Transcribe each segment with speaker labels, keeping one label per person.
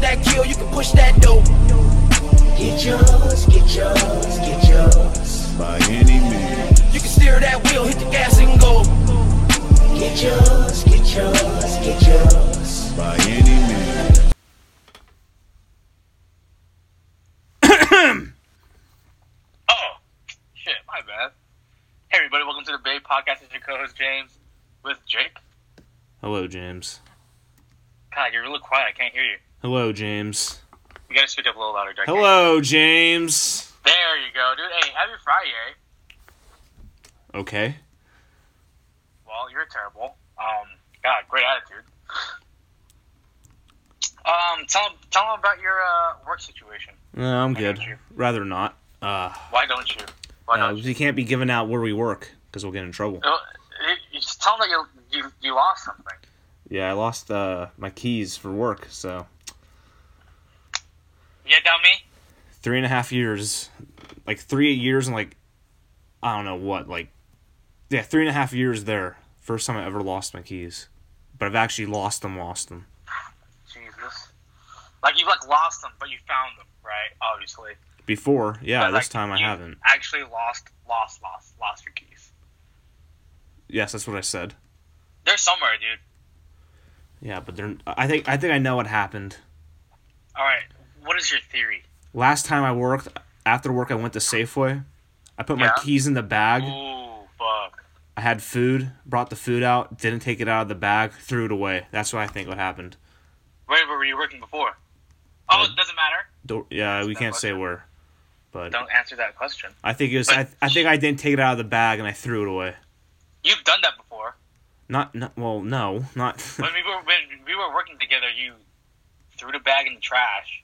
Speaker 1: that kill, you can push that dope. Get yours, get yours, get yours.
Speaker 2: by any means.
Speaker 1: You can steer that wheel, hit the gas and go. Get yours, get yours, get yours.
Speaker 2: By any means.
Speaker 3: Oh, shit, my bad. Hey, everybody, welcome to the Bay Podcast. It's your co-host James with Jake.
Speaker 4: Hello, James.
Speaker 3: God, you're really quiet. I can't hear you.
Speaker 4: Hello, James.
Speaker 3: You gotta speak up a little louder, Jake.
Speaker 4: Hello, James.
Speaker 3: There you go, dude. Hey, happy Friday.
Speaker 4: Okay.
Speaker 3: Well, you're terrible. Um, God, great attitude. Um, tell tell them about your uh, work situation.
Speaker 4: No, I'm good.
Speaker 3: got you.
Speaker 4: Rather not. Uh,
Speaker 3: Why don't you? Why
Speaker 4: uh,
Speaker 3: don't you?
Speaker 4: we can't be giving out where we work because we'll get in trouble.
Speaker 3: Uh, You, you just tell them that you, you you lost something.
Speaker 4: Yeah, I lost uh, my keys for work, so
Speaker 3: Yeah, dummy.
Speaker 4: three and a half years, like three years and like I don't know what, like yeah, three and a half years there. First time I ever lost my keys, but I've actually lost them, lost them.
Speaker 3: Jesus. Like you like lost them, but you found them, right? Obviously.
Speaker 4: Before, yeah,
Speaker 3: But,
Speaker 4: this
Speaker 3: like,
Speaker 4: time I
Speaker 3: you
Speaker 4: haven't.
Speaker 3: Actually, lost, lost, lost, lost your keys.
Speaker 4: Yes, that's what I said.
Speaker 3: They're somewhere, dude.
Speaker 4: Yeah, but they're. I think I think I know what happened.
Speaker 3: All right. What is your theory?
Speaker 4: last time I worked, after work, I went to Safeway. I put my
Speaker 3: Yeah.
Speaker 4: keys in the bag.
Speaker 3: Ooh, fuck.
Speaker 4: I had food, brought the food out, didn't take it out of the bag, threw it away. That's what I think what happened.
Speaker 3: Wait, where were you working before? Oh, it doesn't matter.
Speaker 4: Don't, yeah, we
Speaker 3: that
Speaker 4: can't say
Speaker 3: much.
Speaker 4: where, but
Speaker 3: Don't answer that question.
Speaker 4: I think it was. I, I think I didn't take it out of the bag and I threw it away.
Speaker 3: You've done that before.
Speaker 4: Not, not well, no, not.
Speaker 3: When we were when we were working together, you threw the bag in the trash,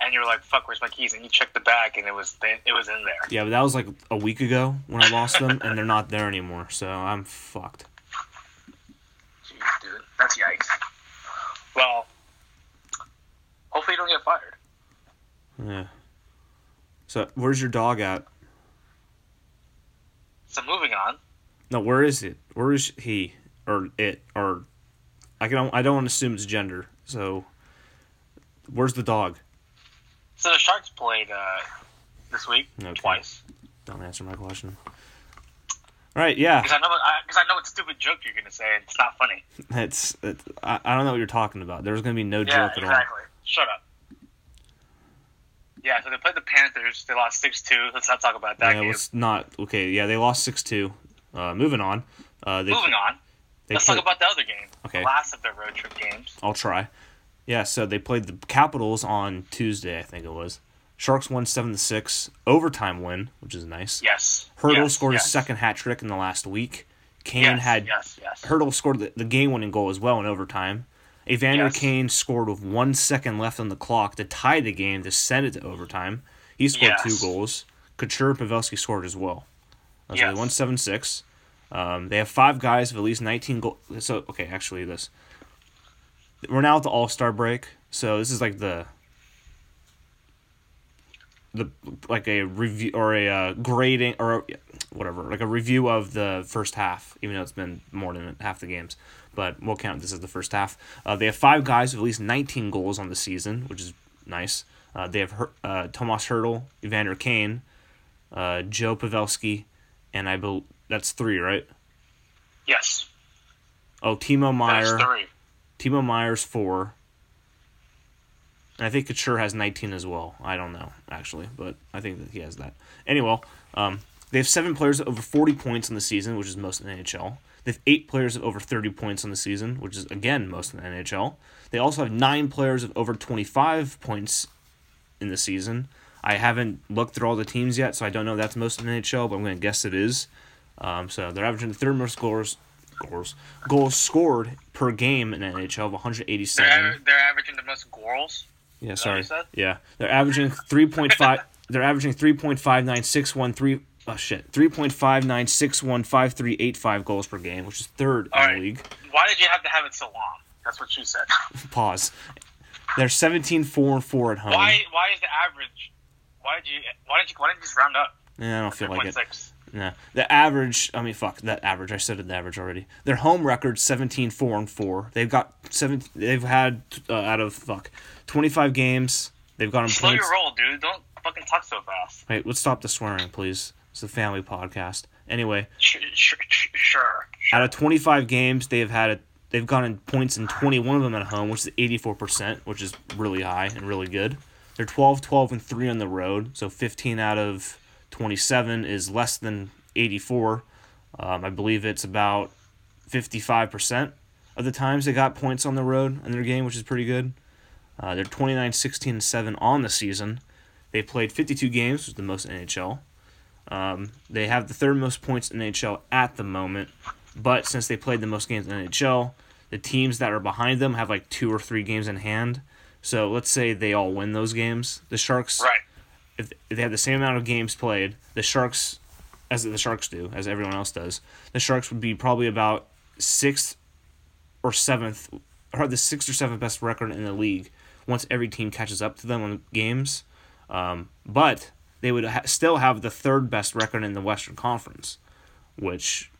Speaker 3: and you were like, "Fuck, where's my keys?" And you checked the bag, and it was it was in there.
Speaker 4: yeah, but that was like a week ago when I lost them, and they're not there anymore. So I'm fucked.
Speaker 3: Jeez, dude, that's yikes. Well, hopefully you don't get fired.
Speaker 4: Yeah. So where's your dog at?
Speaker 3: So moving on.
Speaker 4: No, where is it? Where is he or it or I can I don't want to assume it's gender. So where's the dog?
Speaker 3: So the Sharks played uh, this week
Speaker 4: Okay.
Speaker 3: twice.
Speaker 4: Don't answer my question. All right, yeah,
Speaker 3: Because I know, because I, know what stupid joke you're gonna say. and It's not funny.
Speaker 4: it's, it's I, I don't know what you're talking about. There's gonna be no
Speaker 3: Yeah,
Speaker 4: joke at
Speaker 3: exactly. Shut up. Yeah, so they played the Panthers. They lost six two. Let's not talk about
Speaker 4: all.
Speaker 3: that
Speaker 4: Yeah,
Speaker 3: game.
Speaker 4: let's not. Okay, yeah, they lost six two. Uh, moving on. Uh, they,
Speaker 3: Moving on.
Speaker 4: They
Speaker 3: Let's
Speaker 4: play-
Speaker 3: talk about the other game.
Speaker 4: Okay.
Speaker 3: The last of their road trip games.
Speaker 4: I'll try. Yeah, so they played the Capitals on Tuesday, I think it was. Sharks won seven to six overtime win, which is nice.
Speaker 3: Yes.
Speaker 4: Hurdle
Speaker 3: yes,
Speaker 4: scored
Speaker 3: yes,
Speaker 4: his second hat trick in the last week. Kane
Speaker 3: Yes,
Speaker 4: had
Speaker 3: yes, yes.
Speaker 4: Hurdle scored the, the game winning goal as well in overtime. Evander
Speaker 3: Yes.
Speaker 4: Kane scored with one second left on the clock to tie the game to send it to overtime. He scored
Speaker 3: Yes.
Speaker 4: two goals. Couture and Pavelski scored as well. Uh, So
Speaker 3: Yes.
Speaker 4: they won 7 6. Um, they have five guys with at least 19 goals. So, okay, actually, this. We're now at the All Star break. So this is like the. The, like a review or a uh, grading or whatever, like a review of the first half, even though it's been more than half the games. But we'll count this as the first half. Uh, they have five guys with at least 19 goals on the season, which is nice. Uh, they have Hur- uh, Tomas Hurdle, Evander Kane, uh, Joe Pavelski, and I believe that's three, right?
Speaker 3: Yes.
Speaker 4: Oh, Timo
Speaker 3: That's
Speaker 4: Meyer.
Speaker 3: three.
Speaker 4: Timo Meyer's four. And I think Couture has 19 as well. I don't know, actually, but I think that he has that. Anyway, um, they have seven players over 40 points in the season, which is most in the NHL. They have eight players of over 30 points in the season, which is, again, most in the NHL. They also have nine players of over 25 points in the season. I haven't looked through all the teams yet, so I don't know if that's most in the NHL, but I'm going to guess it is. Um, so they're averaging the third most goals, goals, goals scored per game in NHL of
Speaker 3: They're,
Speaker 4: 187.
Speaker 3: aver- they're averaging the most goals.
Speaker 4: Yeah,
Speaker 3: that what
Speaker 4: sorry.
Speaker 3: you said?
Speaker 4: Yeah, they're averaging three point five. they're averaging three point five nine six one three. Oh shit, three point five nine six one five three eight five goals per game, which is third
Speaker 3: All
Speaker 4: in
Speaker 3: right.
Speaker 4: the league.
Speaker 3: Why did you have to have it so long? That's what you said.
Speaker 4: Pause. They're 17 4 and 4 at home.
Speaker 3: Why? Why is the average? Why did you? Why didn't you? Why didn't you just round up?
Speaker 4: Eh, I don't feel
Speaker 3: Three
Speaker 4: like
Speaker 3: point
Speaker 4: it.
Speaker 3: six.
Speaker 4: Nah. The average, I mean, fuck, that average. I said the average already. Their home record 17 4 and 4. They've got seven they've had uh, out of fuck 25 games. They've gotten
Speaker 3: Slow
Speaker 4: points.
Speaker 3: your roll, dude. Don't fucking talk so fast.
Speaker 4: Wait, let's stop the swearing, please. It's a family podcast. Anyway,
Speaker 3: Sure, sure, sure.
Speaker 4: out of 25 games, they've had a, they've gotten points in 21 of them at home, which is 84%, which is really high and really good. They're 12, 12, and 3 on the road, so 15 out of 27 is less than 84. Um, I believe it's about 55% of the times they got points on the road in their game, which is pretty good. Uh, they're 29, 16, and 7 on the season. They played 52 games, which is the most in NHL. Um, they have the third most points in NHL at the moment, but since they played the most games in NHL, the teams that are behind them have like two or three games in hand. So let's say they all win those games. The Sharks,
Speaker 3: Right.
Speaker 4: if if they have the same amount of games played, the Sharks, as the Sharks do, as everyone else does, the Sharks would be probably about sixth or seventh, or the sixth or seventh best record in the league once every team catches up to them on games. Um, but they would ha- still have the third best record in the Western Conference, which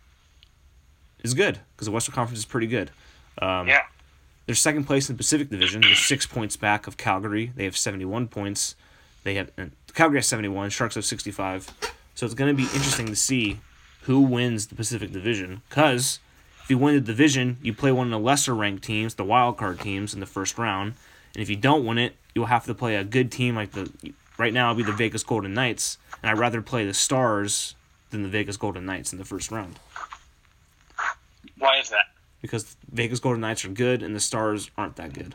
Speaker 4: is good because the Western Conference is pretty good. Um,
Speaker 3: yeah.
Speaker 4: They're second place in the Pacific Division. They're six points back of Calgary. They have 71 points. They have and Calgary has 71. Sharks have 65. So it's going to be interesting to see who wins the Pacific Division. Because if you win the division, you play one of the lesser ranked teams, the wild card teams, in the first round. And if you don't win it, you'll have to play a good team like the right now. It'll be the Vegas Golden Knights, and I'd rather play the Stars than the Vegas Golden Knights in the first round
Speaker 3: Why is that?
Speaker 4: because Vegas Golden Knights are good and the Stars aren't that good.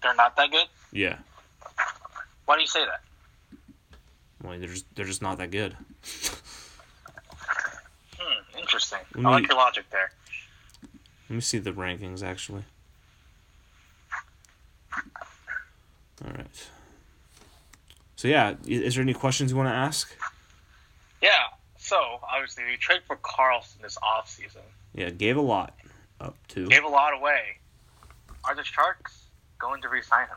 Speaker 3: They're not that good.
Speaker 4: Yeah.
Speaker 3: Why do you say that?
Speaker 4: Well, they're just they're just not that good.
Speaker 3: Hmm, interesting.
Speaker 4: Let
Speaker 3: I
Speaker 4: me-
Speaker 3: like your logic there.
Speaker 4: Let me see the rankings actually. All right. So yeah, i- is there any questions you want to ask?
Speaker 3: Yeah. So obviously, we trade for Carlson this offseason.
Speaker 4: Yeah, gave a lot up to.
Speaker 3: Gave a lot away. Are the Sharks going to re-sign him?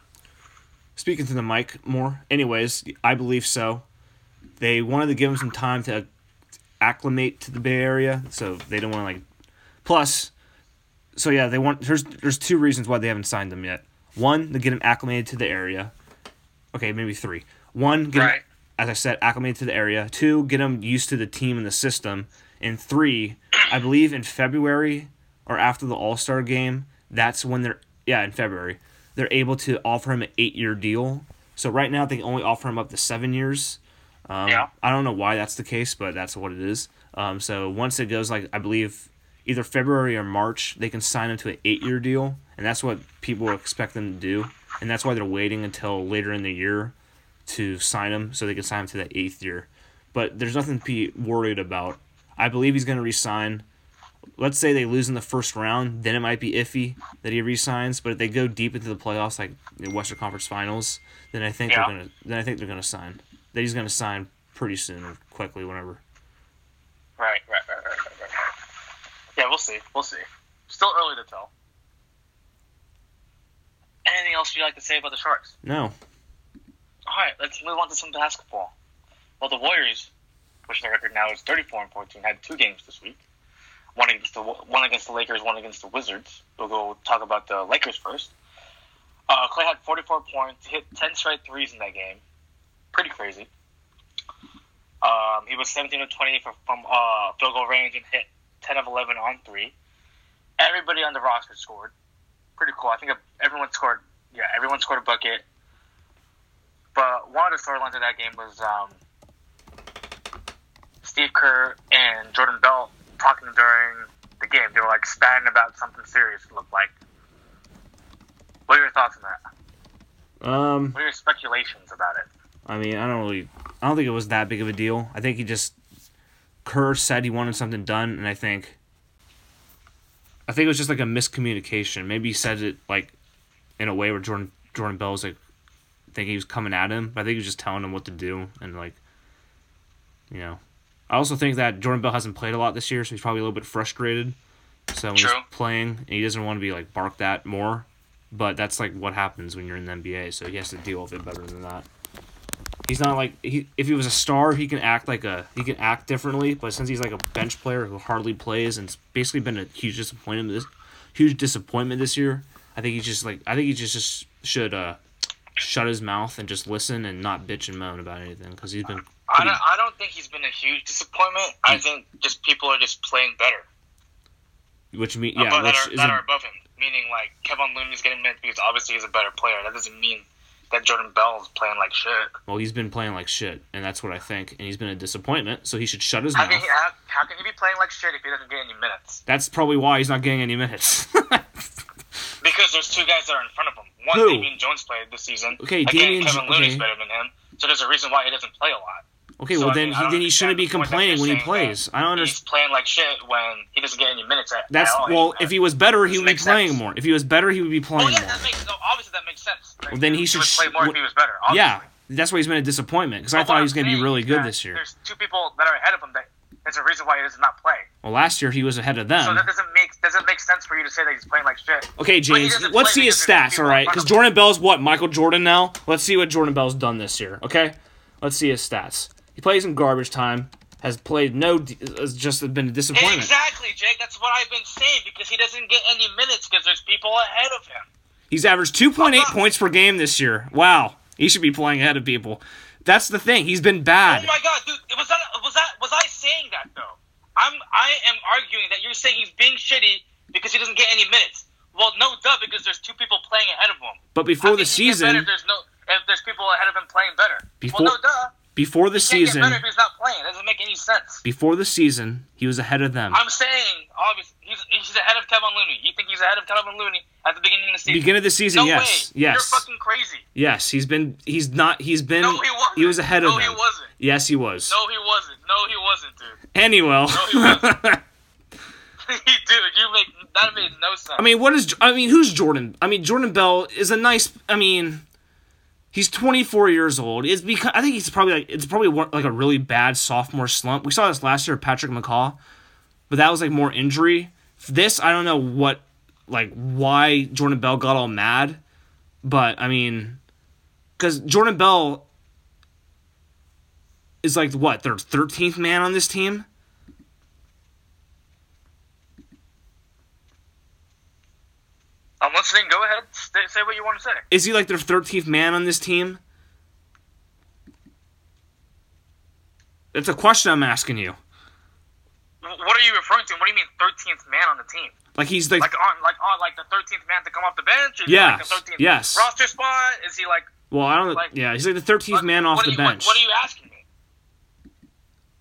Speaker 4: Speaking to the mic more. Anyways, I believe so. They wanted to give him some time to acclimate to the Bay Area, so they don't want to like. Plus, so yeah, they want. There's there's two reasons why they haven't signed them yet. One, to get him acclimated to the area. Okay, maybe three. One, get him-
Speaker 3: Right.
Speaker 4: as I said, acclimated to the area. Two, get him used to the team and the system. And three, I believe in February or after the All Star game, that's when they're yeah in February they're able to offer him an eight year deal. So right now they can only offer him up to seven years. Um,
Speaker 3: Yeah.
Speaker 4: I don't know why that's the case, but that's what it is. Um, so once it goes like I believe either February or March, they can sign him to an eight year deal, and that's what people expect them to do, and that's why they're waiting until later in the year to sign him, so they can sign him to that eighth year. But there's nothing to be worried about. I believe he's going to resign. Let's say they lose in the first round, then it might be iffy that he resigns. But if they go deep into the playoffs, like the Western Conference Finals, then I think
Speaker 3: Yeah.
Speaker 4: they're gonna then I think they're gonna sign. That he's gonna sign pretty soon or quickly, whenever.
Speaker 3: Right, right, right, right, right, right. Yeah, we'll see. We'll see. Still early to tell. Anything else you'd like to say about the Sharks?
Speaker 4: No,
Speaker 3: All right, let's move on to some basketball. Well, the Warriors, which their record now is 34 and 14, had two games this week. One against the one against the Lakers, one against the Wizards. We'll go talk about the Lakers first. Uh, Clay had 44 points, hit 10 straight threes in that game. Pretty crazy. Um, he was 17 of 20 from, from uh, field goal range and hit 10 of 11 on three. Everybody on the roster scored. Pretty cool. I think everyone scored. Yeah, everyone scored a bucket. But one of the storylines of that game was um, Steve Kerr and Jordan Bell talking during the game. They were like spatting about something serious. It looked like. What are your thoughts on that?
Speaker 4: um,
Speaker 3: What are your speculations about it?
Speaker 4: I mean, I don't really, I don't think it was that big of a deal. I think he just Kerr said he wanted something done, and I think, I think it was just like a miscommunication. Maybe he said it like in a way where Jordan Jordan Bell was like thinking he was coming at him, but I think he was just telling him what to do and like, you know. I also think that Jordan Bell hasn't played a lot this year, so he's probably a little bit frustrated. So when
Speaker 3: True.
Speaker 4: he's playing, and he doesn't want to be like barked at more. But that's like what happens when you're in the NBA, so he has to deal with it better than that. He He's not like he. If he was a star, he can act like a he can act differently. But since he's like a bench player who hardly plays and it's basically been a huge disappointment this huge disappointment this year, I think he's just like I think he just, just should uh shut his mouth and just listen and not bitch and moan about anything because he's been
Speaker 3: I
Speaker 4: pretty,
Speaker 3: don't, I don't think he's been a huge disappointment. I think just people are just playing better.
Speaker 4: which mean
Speaker 3: but
Speaker 4: yeah
Speaker 3: that,
Speaker 4: which
Speaker 3: are,
Speaker 4: is
Speaker 3: that
Speaker 4: a-
Speaker 3: are above him. Meaning, like, Kevin Looney's getting minutes because obviously he's a better player. That doesn't mean that Jordan Bell's playing like shit.
Speaker 4: well he's been playing like shit and that's what I think and he's been a disappointment so he should shut his
Speaker 3: How
Speaker 4: mouth.
Speaker 3: can, he, how, how can he be playing like shit if he doesn't get any minutes?
Speaker 4: That's probably why he's not getting any minutes.
Speaker 3: Because there's two guys that are in front of him. One,
Speaker 4: Who?
Speaker 3: Damian Jones played this season.
Speaker 4: Okay,
Speaker 3: Again,
Speaker 4: Damian Jo-
Speaker 3: Kevin Looney's
Speaker 4: okay.
Speaker 3: better than him. So there's a reason why he doesn't play a lot.
Speaker 4: okay,
Speaker 3: So,
Speaker 4: well
Speaker 3: I
Speaker 4: then
Speaker 3: mean, I
Speaker 4: he,
Speaker 3: don't
Speaker 4: then he shouldn't
Speaker 3: understand
Speaker 4: be
Speaker 3: the point that
Speaker 4: complaining
Speaker 3: you're
Speaker 4: when he
Speaker 3: saying
Speaker 4: plays.
Speaker 3: that
Speaker 4: I don't
Speaker 3: He's
Speaker 4: understand.
Speaker 3: playing like shit when he doesn't get any minutes at,
Speaker 4: That's
Speaker 3: at all.
Speaker 4: well, if he was better, he
Speaker 3: Doesn't
Speaker 4: would be
Speaker 3: make
Speaker 4: playing
Speaker 3: sense.
Speaker 4: more. If he was better, he would be
Speaker 3: Oh,
Speaker 4: playing
Speaker 3: yeah,
Speaker 4: more.
Speaker 3: that makes, no, obviously that makes sense. Like,
Speaker 4: Well, then he should
Speaker 3: would
Speaker 4: sh-
Speaker 3: play more if
Speaker 4: would-
Speaker 3: he was better. Obviously.
Speaker 4: Yeah, that's why he's been a disappointment because I
Speaker 3: But what
Speaker 4: thought he was
Speaker 3: I'm
Speaker 4: going to be
Speaker 3: saying
Speaker 4: really
Speaker 3: is
Speaker 4: good
Speaker 3: that
Speaker 4: this year.
Speaker 3: There's two people that are ahead of him. That there's a reason why he does not play.
Speaker 4: Well, last year he was ahead of
Speaker 3: So
Speaker 4: them.
Speaker 3: that doesn't make doesn't make sense for you to say that he's playing like shit.
Speaker 4: Hmm. Okay,
Speaker 3: But he
Speaker 4: James,
Speaker 3: doesn't
Speaker 4: let's
Speaker 3: play
Speaker 4: see his
Speaker 3: because there's
Speaker 4: stats,
Speaker 3: people
Speaker 4: all right?
Speaker 3: in front
Speaker 4: Because
Speaker 3: of him.
Speaker 4: Jordan Bell's what Michael Jordan now. Let's see what Jordan Bell's done this year. Okay, let's see his stats. He plays in garbage time. Has played no, d- has just been a disappointment.
Speaker 3: Exactly, Jake. That's what I've been saying because he doesn't get any minutes because there's people ahead of him.
Speaker 4: He's averaged 2.8
Speaker 3: Fuck off.
Speaker 4: points per game this year. Wow. He should be playing ahead of people. That's the thing. He's been
Speaker 3: Oh
Speaker 4: bad.
Speaker 3: my god, dude! It was that was that was I saying that though? I'm I am arguing that you're saying he's being shitty because he doesn't get any minutes. Well, no, duh, because there's two people playing ahead of him.
Speaker 4: but before the
Speaker 3: I think he can get
Speaker 4: season,
Speaker 3: better if there's no if there's people ahead of him playing better.
Speaker 4: Before-
Speaker 3: well, no, duh.
Speaker 4: before the
Speaker 3: Can't get
Speaker 4: season,
Speaker 3: better if he's not playing. It doesn't make any sense.
Speaker 4: before the season, he was ahead of them.
Speaker 3: I'm saying, obviously, he's, he's ahead of Kevin Looney. You think he's ahead of Kevin Looney at the beginning of the season?
Speaker 4: Beginning of the season,
Speaker 3: no
Speaker 4: yes.
Speaker 3: way.
Speaker 4: Yes.
Speaker 3: You're fucking crazy.
Speaker 4: yes, he's been he's not he's been
Speaker 3: No, he wasn't.
Speaker 4: was ahead of
Speaker 3: No, he
Speaker 4: them.
Speaker 3: wasn't.
Speaker 4: Yes, he was.
Speaker 3: No, he wasn't. No, he wasn't, dude.
Speaker 4: Anyway.
Speaker 3: he wasn't. dude, you make that made no sense.
Speaker 4: I mean, what is I mean, who's Jordan? I mean, Jordan Bell is a nice I mean, he's 24 years old. It's because I think he's probably like it's probably one- like a really bad sophomore slump. We saw this last year with Patrick McCaw, but that was like more injury. This I don't know what like why Jordan Bell got all mad, but I mean, because Jordan Bell is like what their 13th man on this team.
Speaker 3: I'm listening. Uh, Go ahead. Say, say what you want to say.
Speaker 4: Is he like their 13th man on this team? That's a question I'm asking you.
Speaker 3: What are you referring to? What do you mean, 13th man on the team?
Speaker 4: Like he's like,
Speaker 3: Like on, like on, like the 13th man to come off the bench? Is he
Speaker 4: Yes,
Speaker 3: like the 13th
Speaker 4: yes.
Speaker 3: roster spot? Is he like?
Speaker 4: well, I don't.
Speaker 3: like-
Speaker 4: yeah, he's like the 13th man off
Speaker 3: what
Speaker 4: the
Speaker 3: are you-
Speaker 4: bench.
Speaker 3: What, what are you asking me?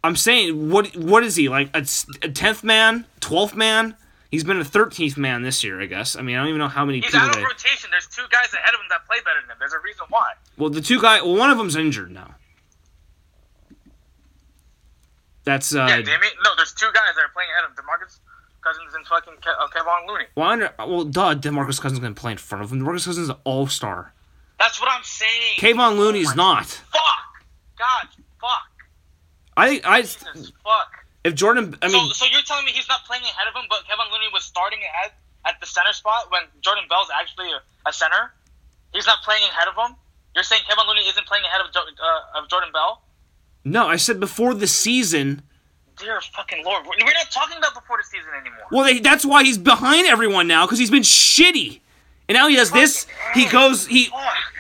Speaker 4: I'm saying, what what is he like? A, s- a 10th man, 12th man? He's been a 13th man this year, I guess. I mean, I don't even know how many
Speaker 3: He's
Speaker 4: people.
Speaker 3: out of
Speaker 4: They,
Speaker 3: rotation. There's two guys ahead of him that play better than him. There's a reason why.
Speaker 4: well, the two guy, well, one of them's injured now. That's uh,
Speaker 3: Yeah, damn it. No, there's two guys that are playing ahead of him. Demarcus Cousins and fucking Ke- uh, Kevon Looney.
Speaker 4: well, I under, well, duh, Demarcus Cousins gonna play in front of him. Demarcus Cousins is an all star.
Speaker 3: That's what I'm saying.
Speaker 4: Kayvon Looney's
Speaker 3: Oh my-
Speaker 4: not.
Speaker 3: Fuck. God. Fuck.
Speaker 4: I think I
Speaker 3: Jesus. Fuck.
Speaker 4: if Jordan I mean
Speaker 3: so, so you're telling me he's not playing ahead of him, but Kevin Looney was starting ahead at the center spot when Jordan Bell's actually a, a center. He's not playing ahead of him. You're saying Kevin Looney isn't playing ahead of jo- uh, of Jordan Bell?
Speaker 4: no, I said before the season.
Speaker 3: Dear fucking lord, we're we're not talking about before the season anymore.
Speaker 4: Well, they, that's why he's behind everyone now cuz he's been shitty. And now he does this. He goes he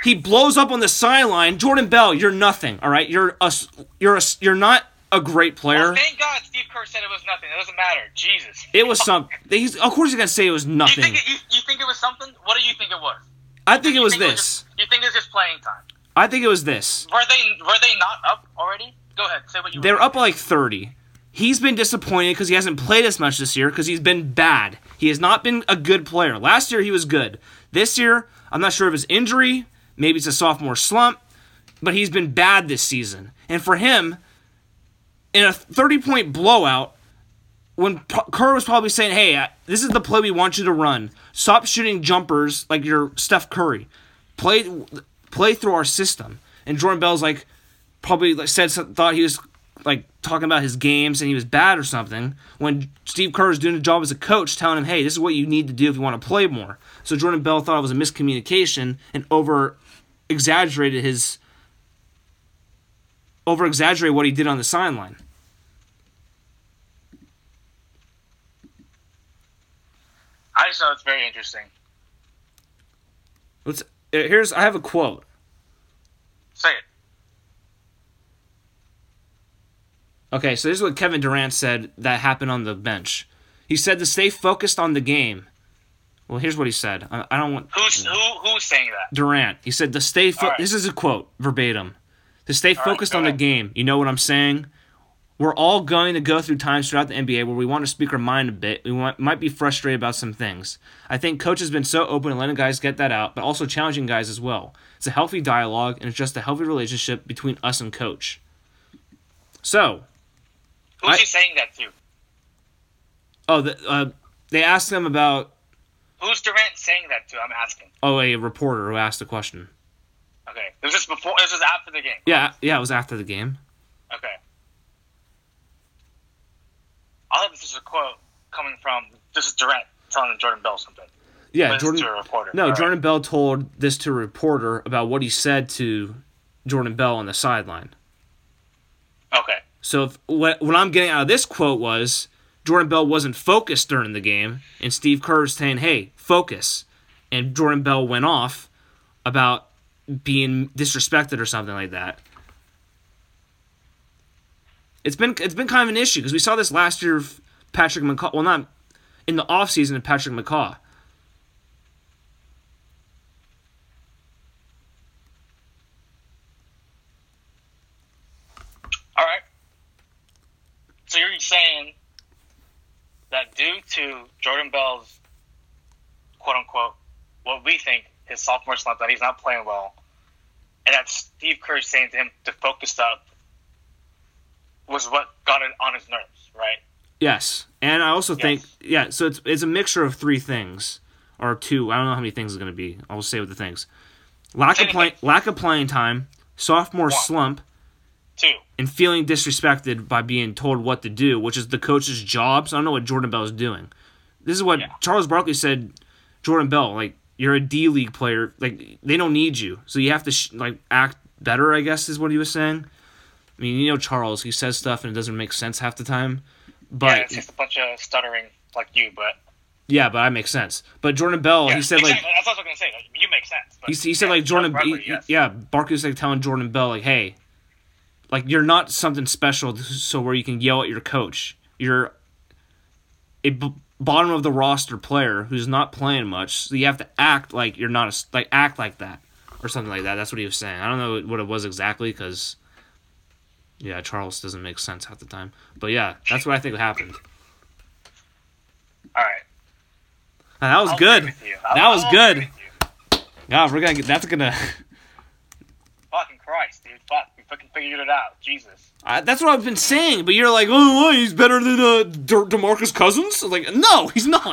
Speaker 4: he blows up on the sideline. Jordan Bell, you're nothing, all right? You're a s- you're a s- you're not a great player.
Speaker 3: Thank God Steve Kerr said it was nothing. It doesn't matter. Jesus.
Speaker 4: It was some he's of course he's going to say it was
Speaker 3: You think
Speaker 4: nothing.
Speaker 3: it, you, you think it was something? What do you think it was?
Speaker 4: I think it was
Speaker 3: You think
Speaker 4: this.
Speaker 3: just- you think it was just playing time?
Speaker 4: I think it was this.
Speaker 3: Were they were they not up already? Go ahead, say what you.
Speaker 4: They're
Speaker 3: were.
Speaker 4: up like 30. He's been disappointed because he hasn't played as much this year because he's been bad. He has not been a good player. Last year, he was good. This year, I'm not sure of his injury. Maybe it's a sophomore slump, but he's been bad this season. And for him, in a 30 point blowout, when P- Kerr was probably saying, hey, I- this is the play we want you to run, stop shooting jumpers like you're Steph Curry, play, play through our system. And Jordan Bell's like, probably like said some- thought he was like talking about his games and he was bad or something when Steve Kerr was doing a job as a coach telling him, "Hey, this is what you need to do if you want to play more." So Jordan Bell thought it was a miscommunication and over exaggerated his over exaggerate what he did on the sideline.
Speaker 3: I just know it's very interesting.
Speaker 4: Let's uh, here's I have a quote.
Speaker 3: Say it.
Speaker 4: Okay, so this is what Kevin Durant said that happened on the bench. He said to stay focused on the game. Well, here's what he said. I, I don't want
Speaker 3: Who's who? Who's saying that?
Speaker 4: Durant. He said to stay. Fo-
Speaker 3: All right.
Speaker 4: This is a quote verbatim. To stay
Speaker 3: right,
Speaker 4: focused
Speaker 3: go
Speaker 4: on the
Speaker 3: ahead.
Speaker 4: game. You know what I'm saying? We're all going to go through times throughout the NBA where we want to speak our mind a bit. We want, might be frustrated about some things. I think coach has been so open and letting guys get that out, but also challenging guys as well. It's a healthy dialogue and it's just a healthy relationship between us and coach. So,
Speaker 3: Who's
Speaker 4: I-
Speaker 3: he saying that to?
Speaker 4: oh, the, uh, they asked him about
Speaker 3: Who's Durant saying that to? I'm asking.
Speaker 4: oh a reporter who asked a question.
Speaker 3: Okay. This is before. This is after the game.
Speaker 4: Yeah, yeah, it was after the game.
Speaker 3: Okay. I hope this is a quote coming from this is Durant telling Jordan Bell something.
Speaker 4: Yeah,
Speaker 3: But it's
Speaker 4: Jordan.
Speaker 3: to a reporter.
Speaker 4: No,
Speaker 3: All right.
Speaker 4: Jordan Bell told this to a reporter about what he said to Jordan Bell on the sideline.
Speaker 3: Okay.
Speaker 4: So if, what what I'm getting out of this quote was Jordan Bell wasn't focused during the game, and Steve Kerr is saying, "Hey, focus," and Jordan Bell went off about being disrespected or something like that. It's been it's been kind of an issue because we saw this last year of Patrick McCaw. Well, not in the offseason of Patrick McCaw.
Speaker 3: All right. So you're saying that due to Jordan Bell's quote unquote what we think his sophomore slump that he's not playing well, and that Steve Kerr saying to him to focus up was what got it on his nerves, right?
Speaker 4: Yes, and I also think
Speaker 3: Yes.
Speaker 4: yeah. So it's it's a mixture of three things or two. I don't know how many things it's going to be. I'll say with the things: lack of play,
Speaker 3: Anyway.
Speaker 4: lack of playing time, sophomore slump,
Speaker 3: Two.
Speaker 4: and feeling disrespected by being told what to do, which is the coach's job. So I don't know what Jordan Bell is doing. This is what
Speaker 3: Yeah.
Speaker 4: Charles Barkley said. Jordan Bell, like you're a D league player, like they don't need you, so you have to sh- like act better. I guess is what he was saying. I mean, you know Charles, he says stuff and it doesn't make sense half the time. But
Speaker 3: Yeah, it's just a bunch of stuttering like you, but
Speaker 4: Yeah, but that makes sense. But Jordan Bell,
Speaker 3: Yeah,
Speaker 4: he said
Speaker 3: exactly.
Speaker 4: like
Speaker 3: that's what I was gonna say. Like, you make sense. But,
Speaker 4: he, he said
Speaker 3: yeah,
Speaker 4: like Jordan,
Speaker 3: Barkley,
Speaker 4: he- he-
Speaker 3: yes.
Speaker 4: yeah, Barkley's like telling Jordan Bell like, hey, like you're not something special, so where you can yell at your coach. You're a b- bottom of the roster player who's not playing much, so you have to act like you're not a s like act like that or something like that. That's what he was saying. I don't know what it was exactly because yeah, Charles doesn't make sense half the time. But yeah, that's what I think happened.
Speaker 3: All right.
Speaker 4: Now, that was
Speaker 3: I'll
Speaker 4: good.
Speaker 3: agree with you.
Speaker 4: That
Speaker 3: I'll-
Speaker 4: was
Speaker 3: I'll
Speaker 4: good.
Speaker 3: agree with you.
Speaker 4: God, we're gonna get that's gonna.
Speaker 3: Fucking Christ, dude. Fuck, we fucking figured it out. Jesus.
Speaker 4: I, that's what I've been saying, but you're like, oh, what, he's better than uh, De- Demarcus Cousins. I'm like, no, he's not.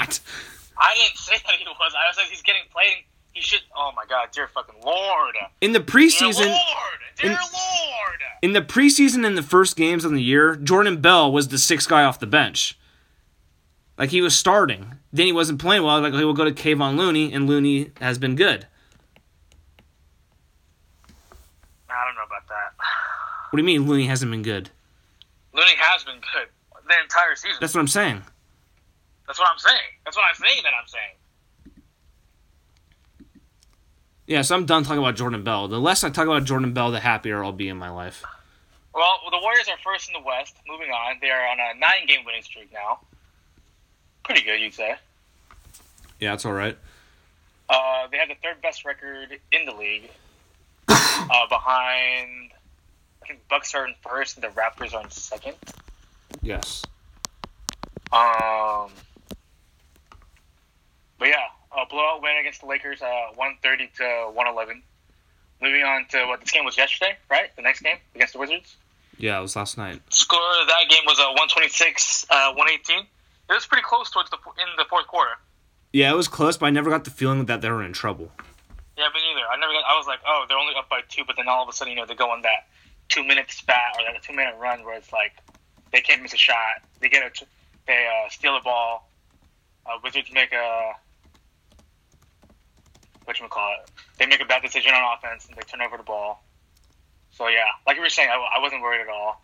Speaker 3: I didn't say that he was. I was like, he's getting played. He should. Oh my God, dear fucking lord.
Speaker 4: In the
Speaker 3: Dear
Speaker 4: preseason,
Speaker 3: lord. Dear
Speaker 4: in-
Speaker 3: lord.
Speaker 4: in the preseason, in the first games of the year, Jordan Bell was the sixth guy off the bench. Like he was starting, then he wasn't playing well. Like, okay, we'll go to Kayvon Looney, and Looney has been good.
Speaker 3: I don't know about that.
Speaker 4: What do you mean Looney hasn't been good?
Speaker 3: Looney has been good the entire season.
Speaker 4: That's what I'm saying.
Speaker 3: That's what I'm saying. That's what I'm saying. That I'm saying.
Speaker 4: Yeah, so I'm done talking about Jordan Bell. The less I talk about Jordan Bell, the happier I'll be in my life.
Speaker 3: Well, the Warriors are first in the West. Moving on, they are on a nine-game winning streak now. Pretty good, you'd say.
Speaker 4: Yeah, it's all right.
Speaker 3: Uh, they have the third best record in the league, uh, behind. I think Bucks are in first, and the Raptors are in second.
Speaker 4: Yes.
Speaker 3: Um, but yeah, a blowout win against the Lakers, uh, one thirty to one eleven. Moving on to what this game was yesterday, right? The next game against the Wizards.
Speaker 4: Yeah, it was last night.
Speaker 3: Score of that game was uh, one twenty six, uh, one eighteen. It was pretty close towards the in the fourth quarter.
Speaker 4: Yeah, it was close, but I never got the feeling that they were in trouble.
Speaker 3: Yeah, me neither. I never. Got, I was like, oh, they're only up by two, but then all of a sudden, you know, they go on that two minute spat or that two minute run where it's like they can't miss a shot. They get a, t- they uh, steal the ball. Uh, Wizards make a what you call it? They make a bad decision on offense and they turn over the ball. So yeah, like we were saying, I, I wasn't worried at all.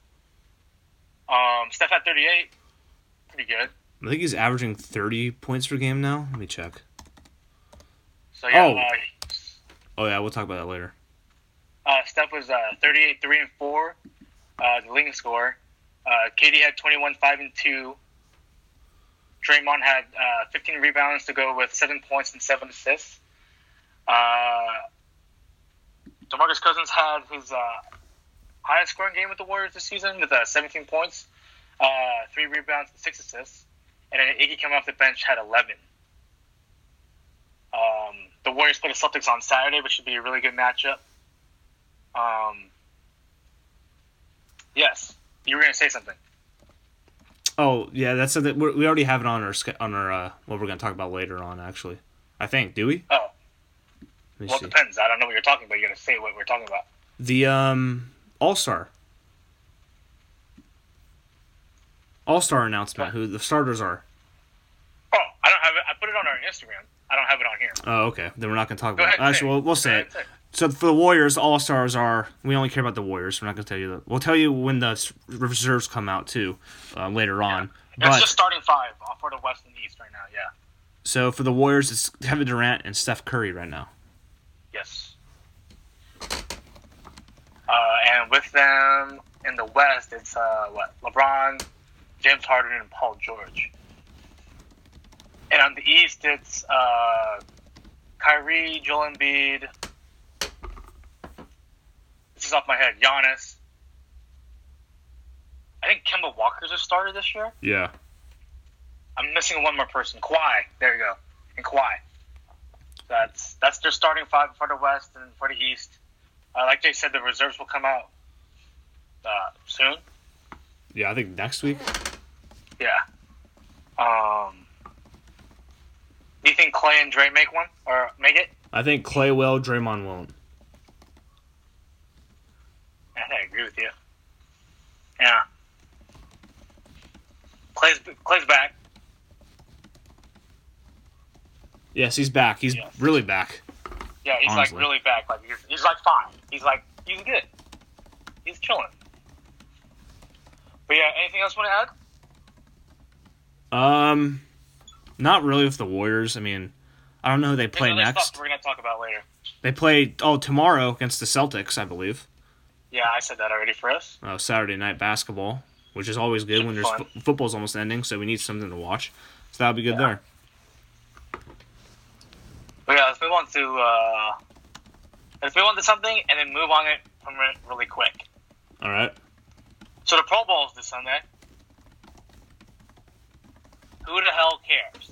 Speaker 3: Um, Steph at 38, pretty good.
Speaker 4: I think he's averaging 30 points per game now. Let me check.
Speaker 3: So yeah,
Speaker 4: Oh.
Speaker 3: uh,
Speaker 4: Oh, yeah, we'll talk about that later.
Speaker 3: uh, Steph was uh, 38, three and four, uh, the leading scorer. Uh, Katie had 21, five and two. Draymond had uh, 15 rebounds to go with seven points and seven assists. Uh, Demarcus Cousins had his uh, highest scoring game with the Warriors this season with uh, 17 points, uh, three rebounds, and six assists. And then Iggy coming off the bench had 11. Um, the Warriors play the Celtics on Saturday, which should be a really good matchup. Um, yes, you were going to say something.
Speaker 4: Oh, yeah, that's something. we're- We already have it on our, sch- on our, uh, what we're going to talk about later on, actually. I think. Do we?
Speaker 3: Oh,
Speaker 4: Let me
Speaker 3: well, it
Speaker 4: see.
Speaker 3: depends. I don't know what you're talking about. You got to say what we're talking about.
Speaker 4: The, um, All Star. All Star announcement, who the starters are.
Speaker 3: Oh, I don't have it. I put it on our Instagram. I don't have it on here.
Speaker 4: Oh, okay. Then we're not going to talk about
Speaker 3: ahead,
Speaker 4: it. Actually,
Speaker 3: say it.
Speaker 4: we'll, we'll
Speaker 3: Go
Speaker 4: say
Speaker 3: ahead,
Speaker 4: it.
Speaker 3: say it.
Speaker 4: So for the Warriors, All Stars are. We only care about the Warriors. We're not going to tell you. The, we'll tell you when the s- reserves come out too, uh, later on.
Speaker 3: it's
Speaker 4: But
Speaker 3: just starting five uh, for the West and East right now. Yeah.
Speaker 4: so for the Warriors, it's Kevin Durant and Steph Curry right now.
Speaker 3: Yes. Uh, and with them in the West, it's uh, what LeBron, James Harden, and Paul George. And on the East, it's uh, Kyrie, Joel Embiid. This is off my head. Giannis. I think Kemba Walker's a starter this year.
Speaker 4: Yeah.
Speaker 3: I'm missing one more person. Kawhi. There you go. And Kawhi. That's that's their starting five for the West and for the East. Uh, like they said, the reserves will come out uh, soon.
Speaker 4: Yeah, I think next week.
Speaker 3: Yeah. Um. Do you think Clay and Dre make one or make it?
Speaker 4: I think Clay will, Draymond won't.
Speaker 3: I think I agree with you. Yeah. Clay's Clay's back.
Speaker 4: Yes, he's back. He's
Speaker 3: Yeah.
Speaker 4: really back.
Speaker 3: Yeah, he's
Speaker 4: Honestly.
Speaker 3: like really back. Like he's, he's like fine. He's like he's good. He's chilling. But yeah, anything else you want to add?
Speaker 4: Um, not really with the Warriors. I mean, I don't know who they play
Speaker 3: Maybe let's
Speaker 4: next.
Speaker 3: talk- We're gonna talk about later.
Speaker 4: They play oh tomorrow against the Celtics, I believe.
Speaker 3: Yeah, I said that already for us.
Speaker 4: uh, Saturday night basketball, which is always good when there's
Speaker 3: Fun.
Speaker 4: fo- football's almost ending, so we need something to watch. So that'll be good
Speaker 3: Yeah.
Speaker 4: there.
Speaker 3: But yeah, let's move on to uh, let's move on to something and then move on it from it really quick.
Speaker 4: All right.
Speaker 3: So the Pro Bowl is this Sunday. Who the hell cares?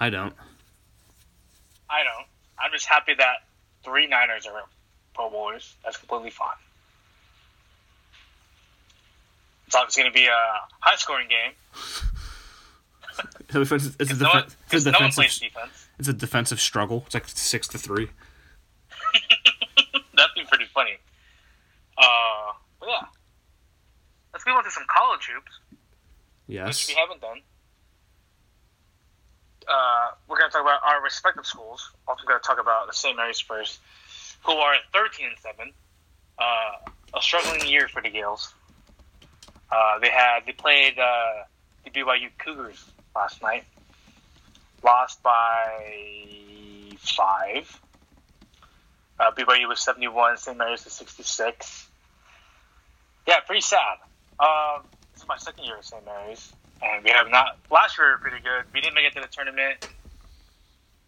Speaker 4: I don't.
Speaker 3: I don't. I'm just happy that three Niners are Pro Bowlers. That's completely fine. It's obviously going to be a high-scoring game.
Speaker 4: It's, it's, a,
Speaker 3: Because
Speaker 4: defen-
Speaker 3: no, one-
Speaker 4: it's a
Speaker 3: 'cause no one plays
Speaker 4: defensive.
Speaker 3: defense.
Speaker 4: It's a defensive struggle. It's like six to three.
Speaker 3: That'd be pretty funny. Uh, but yeah. Let's move on to some college hoops,
Speaker 4: Yes.
Speaker 3: which we haven't done. Uh, we're going to talk about our respective schools. Also, going to talk about the St. Mary's first, who are 13 and 7. Uh, a struggling year for the Gales. Uh, they had they played uh, the BYU Cougars last night, lost by five. Uh, BYU was 71, St. Mary's was 66. Yeah, pretty sad. Um, this is my second year at St. Mary's, and we have not. Last year, we were pretty good. We didn't make it to the tournament.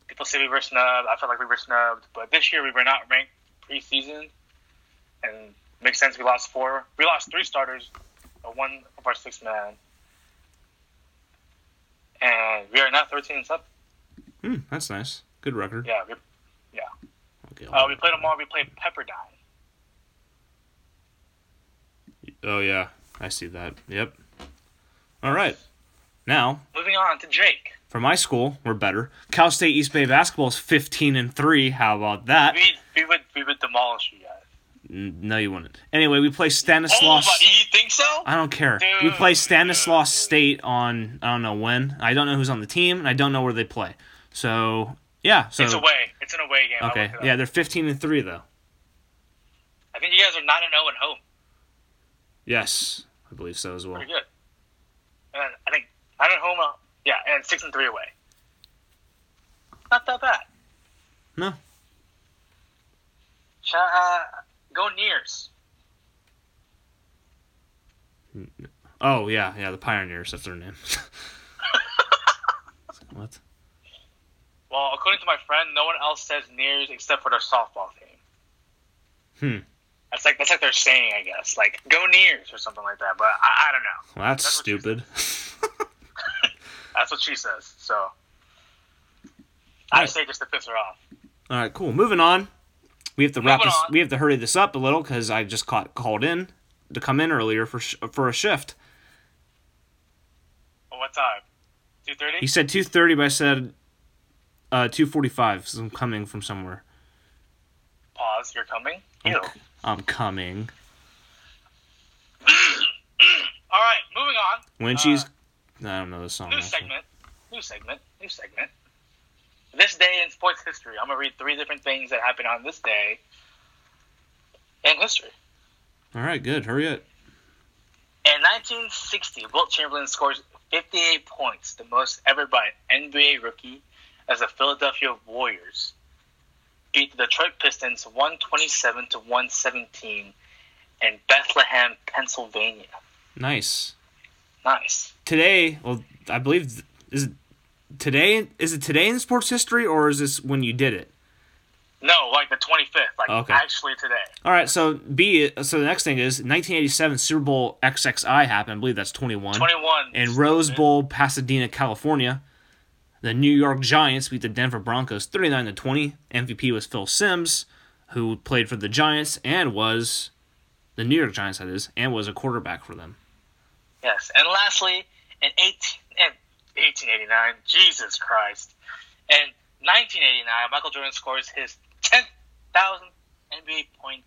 Speaker 3: People say we were snubbed. I felt like we were snubbed, but this year we were not ranked preseason, and makes sense. We lost four. We lost three starters, uh, one of our six men, and we are now 13 and seven.
Speaker 4: Hmm, that's nice. Good record.
Speaker 3: Yeah, we, yeah.
Speaker 4: Okay,
Speaker 3: Uh, we played them all. We played Pepperdine.
Speaker 4: oh yeah, I see that. Yep. All right. Now
Speaker 3: Moving on to Drake.
Speaker 4: for my school, we're better. Cal State East Bay basketball is fifteen and three. How about that?
Speaker 3: We we would we would demolish you guys.
Speaker 4: N- No, you wouldn't. Anyway, we play
Speaker 3: Oh,
Speaker 4: Stanislaus.
Speaker 3: but you think so?
Speaker 4: I don't care.
Speaker 3: Dude,
Speaker 4: we play Stanislaus
Speaker 3: dude.
Speaker 4: State on I don't know when. I don't know who's on the team, and I don't know where they play. So yeah, so
Speaker 3: It's away. It's an away game. I
Speaker 4: okay,
Speaker 3: looked it up.
Speaker 4: yeah, they're fifteen and three though.
Speaker 3: I I think you guys are nine and zero at home.
Speaker 4: Yes, I believe so as well.
Speaker 3: Pretty good. And I think nine at home. uh, Yeah, and six and three away. Not that bad.
Speaker 4: No,
Speaker 3: Sh- Uh, go Nears.
Speaker 4: Oh yeah, yeah, the Pioneers. That's their name. what?
Speaker 3: Well, according to my friend, no one else says Nears except for their softball team.
Speaker 4: Hmm.
Speaker 3: That's like that's like they're saying, I guess, like go Nears or something like that. But I, I don't know.
Speaker 4: Well, that's,
Speaker 3: That's what she
Speaker 4: stupid.
Speaker 3: That's what she says. So I
Speaker 4: Right.
Speaker 3: say just to piss her off.
Speaker 4: All right, cool. Moving on. We have to wrap
Speaker 3: Moving
Speaker 4: this.
Speaker 3: on.
Speaker 4: We have to hurry this up a little because I just caught called in to come in earlier for sh- for a shift.
Speaker 3: Well, what time? Two
Speaker 4: He
Speaker 3: thirty.
Speaker 4: said two thirty, but I said uh, two forty five. So I'm coming from somewhere.
Speaker 3: Pause. You're coming.
Speaker 4: I'm,
Speaker 3: Ew.
Speaker 4: c- I'm coming.
Speaker 3: All right. Moving on.
Speaker 4: When
Speaker 3: Uh,
Speaker 4: she's, I don't know the song.
Speaker 3: New
Speaker 4: actually.
Speaker 3: segment. New segment. New segment. This day in sports history. I'm gonna read three different things that happened on this day in history.
Speaker 4: All right, good. Hurry up.
Speaker 3: In 1960, Wilt Chamberlain scores 58 points, the most ever by an NBA rookie, as the Philadelphia Warriors beat the Detroit Pistons 127 to 117 in Bethlehem, Pennsylvania.
Speaker 4: Nice.
Speaker 3: Nice.
Speaker 4: today well i believe th- is it today is it today in sports history or is this when you did it
Speaker 3: No, like the 25th, like
Speaker 4: Okay.
Speaker 3: actually today.
Speaker 4: all right so b so the next thing is 1987 super bowl xxi happened i believe that's 21
Speaker 3: 21.
Speaker 4: in rose bowl pasadena california the new york giants beat the denver broncos 39 to 20 mvp was phil sims who played for the giants and was the new york giants that is and was a quarterback for them
Speaker 3: Yes, and lastly, in 18, in 1889, Jesus Christ, in 1989, Michael Jordan scores his 10,000 NBA point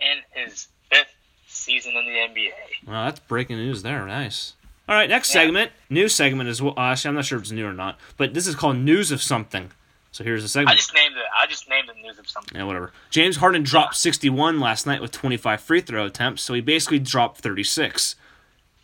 Speaker 3: in his fifth season in the NBA.
Speaker 4: Well, that's breaking news there. Nice. All right, next
Speaker 3: Yeah.
Speaker 4: segment. New segment as well. Actually, I'm not sure if it's new or not, but this is called News of Something. So here's the
Speaker 3: I
Speaker 4: segment.
Speaker 3: just named it. I just named the news of something.
Speaker 4: yeah, whatever. James Harden dropped 61 last night with 25 free throw attempts, so he basically dropped 36.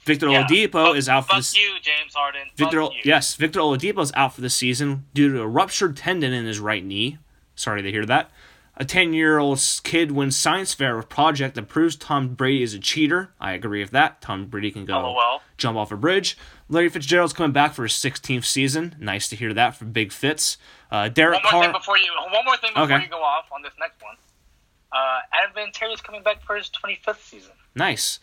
Speaker 4: Victor
Speaker 3: Yeah.
Speaker 4: Oladipo
Speaker 3: Fuck-
Speaker 4: is out for
Speaker 3: Fuck
Speaker 4: this.
Speaker 3: you, James Harden.
Speaker 4: Victor,
Speaker 3: fuck you.
Speaker 4: yes, Victor Oladipo is out for the season due to a ruptured tendon in his right knee. Sorry to hear that. A 10 year old kid wins science fair with project that proves Tom Brady is a cheater. I agree with that. Tom Brady can go
Speaker 3: LOL.
Speaker 4: jump off a bridge. Larry Fitzgerald's coming back for his 16th season. Nice to hear that from Big Fitz. Uh, Derek
Speaker 3: One more
Speaker 4: Carr.
Speaker 3: thing before you. One more thing before
Speaker 4: Okay.
Speaker 3: you go off on this next one. Uh, Adam Vinatieri is coming back for his 25th season.
Speaker 4: Nice.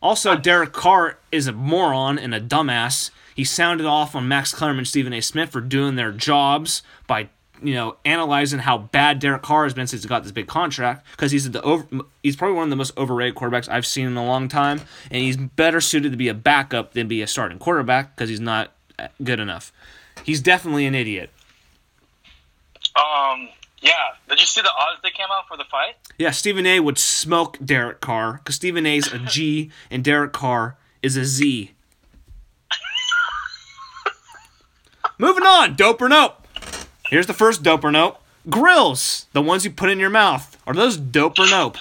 Speaker 4: Also, Derek Carr is a moron and a dumbass. He sounded off on Max Kleiman and Stephen A. Smith for doing their jobs by, you know, analyzing how bad Derek Carr has been since he got this big contract because he's the over, he's probably one of the most overrated quarterbacks I've seen in a long time, and he's better suited to be a backup than be a starting quarterback because he's not uh, good enough. He's definitely an idiot.
Speaker 3: Um. Yeah. Did you see the odds that came out for the fight?
Speaker 4: Yeah, Stephen A. would smoke Derek Carr because Stephen A.'s a G and Derek Carr is a Z. Moving on, dope or nope. Here's the first dope or nope. Grills, the ones you put in your mouth, are those dope or nope?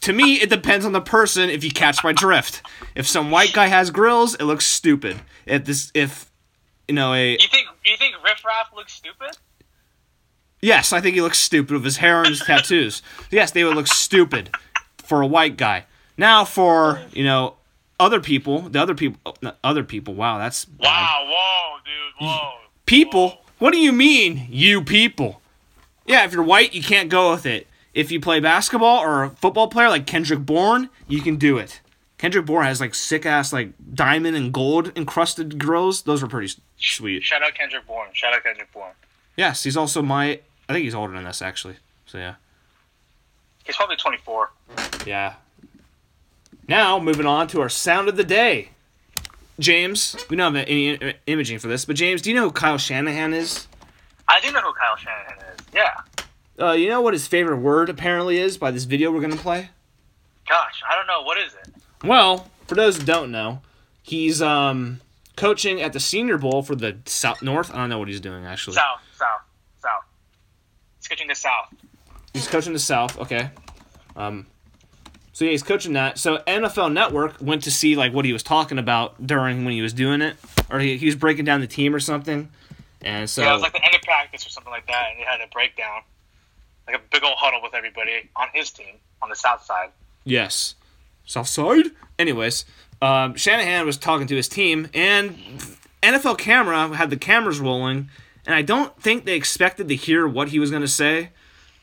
Speaker 4: to me, it depends on the person. If you catch my drift, if some white guy has grills, it looks stupid. If this, if you know a
Speaker 3: You think you think Riff Raff looks stupid?
Speaker 4: Yes, I think he looks stupid with his hair and his tattoos. Yes, they would look stupid for a white guy. Now for you know other people, the other people, oh, no, other people. Wow, that's bad.
Speaker 3: Wow, whoa, dude, whoa.
Speaker 4: people. What do you mean, you people? Yeah, if you're white, you can't go with it. If you play basketball or a football player like Kendrick Bourne, you can do it. Kendrick Bourne has like sick ass like diamond and gold encrusted grills. Those are pretty s- sweet.
Speaker 3: Shout out Kendrick Bourne. Shout out Kendrick Bourne.
Speaker 4: Yes, he's also my. I think he's older than us actually. So yeah.
Speaker 3: He's probably 24.
Speaker 4: Yeah. Now moving on to our sound of the day. James, we don't have any i- imaging for this, but James, do you know who Kyle Shanahan is?
Speaker 3: I do know who Kyle Shanahan is. Yeah.
Speaker 4: Uh, you know what his favorite word apparently is by this video we're gonna play.
Speaker 3: Gosh, I don't know. What is it?
Speaker 4: Well, for those who don't know, he's um coaching at the Senior Bowl for the South North. I don't know what he's doing actually.
Speaker 3: South, south, south. He's coaching the south.
Speaker 4: He's coaching the South. Okay. Um, So yeah, he's coaching that. So NFL Network went to see like what he was talking about during when he was doing it, or he, he was breaking down the team or something. And so
Speaker 3: Yeah, it was like the end of practice or something like that, and they had a breakdown, like a big old huddle with everybody on his team on the south side.
Speaker 4: Yes. South side? Anyways, um, Shanahan was talking to his team, and NFL camera had the cameras rolling, and I don't think they expected to hear what he was going to say,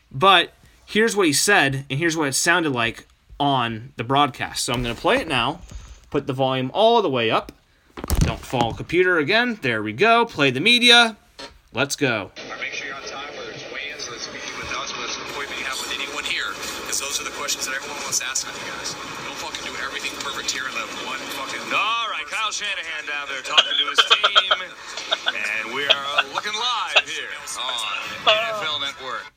Speaker 4: but here's what he said, and here's what it sounded like on the broadcast. So I'm going to play it now, put the volume all the way up. Don't fall computer again. There we go. Play the media. Let's go.
Speaker 5: All right, make sure you're on time, whether it's weigh-ins, whether it's a meeting with us, whether it's an appointment you have with anyone here, because those are the questions that everyone wants to ask on you guys. Don't fucking do everything perfect here and let one fucking.
Speaker 6: All right, Kyle Shanahan down there talking to his team, and we are looking live here on NFL Network.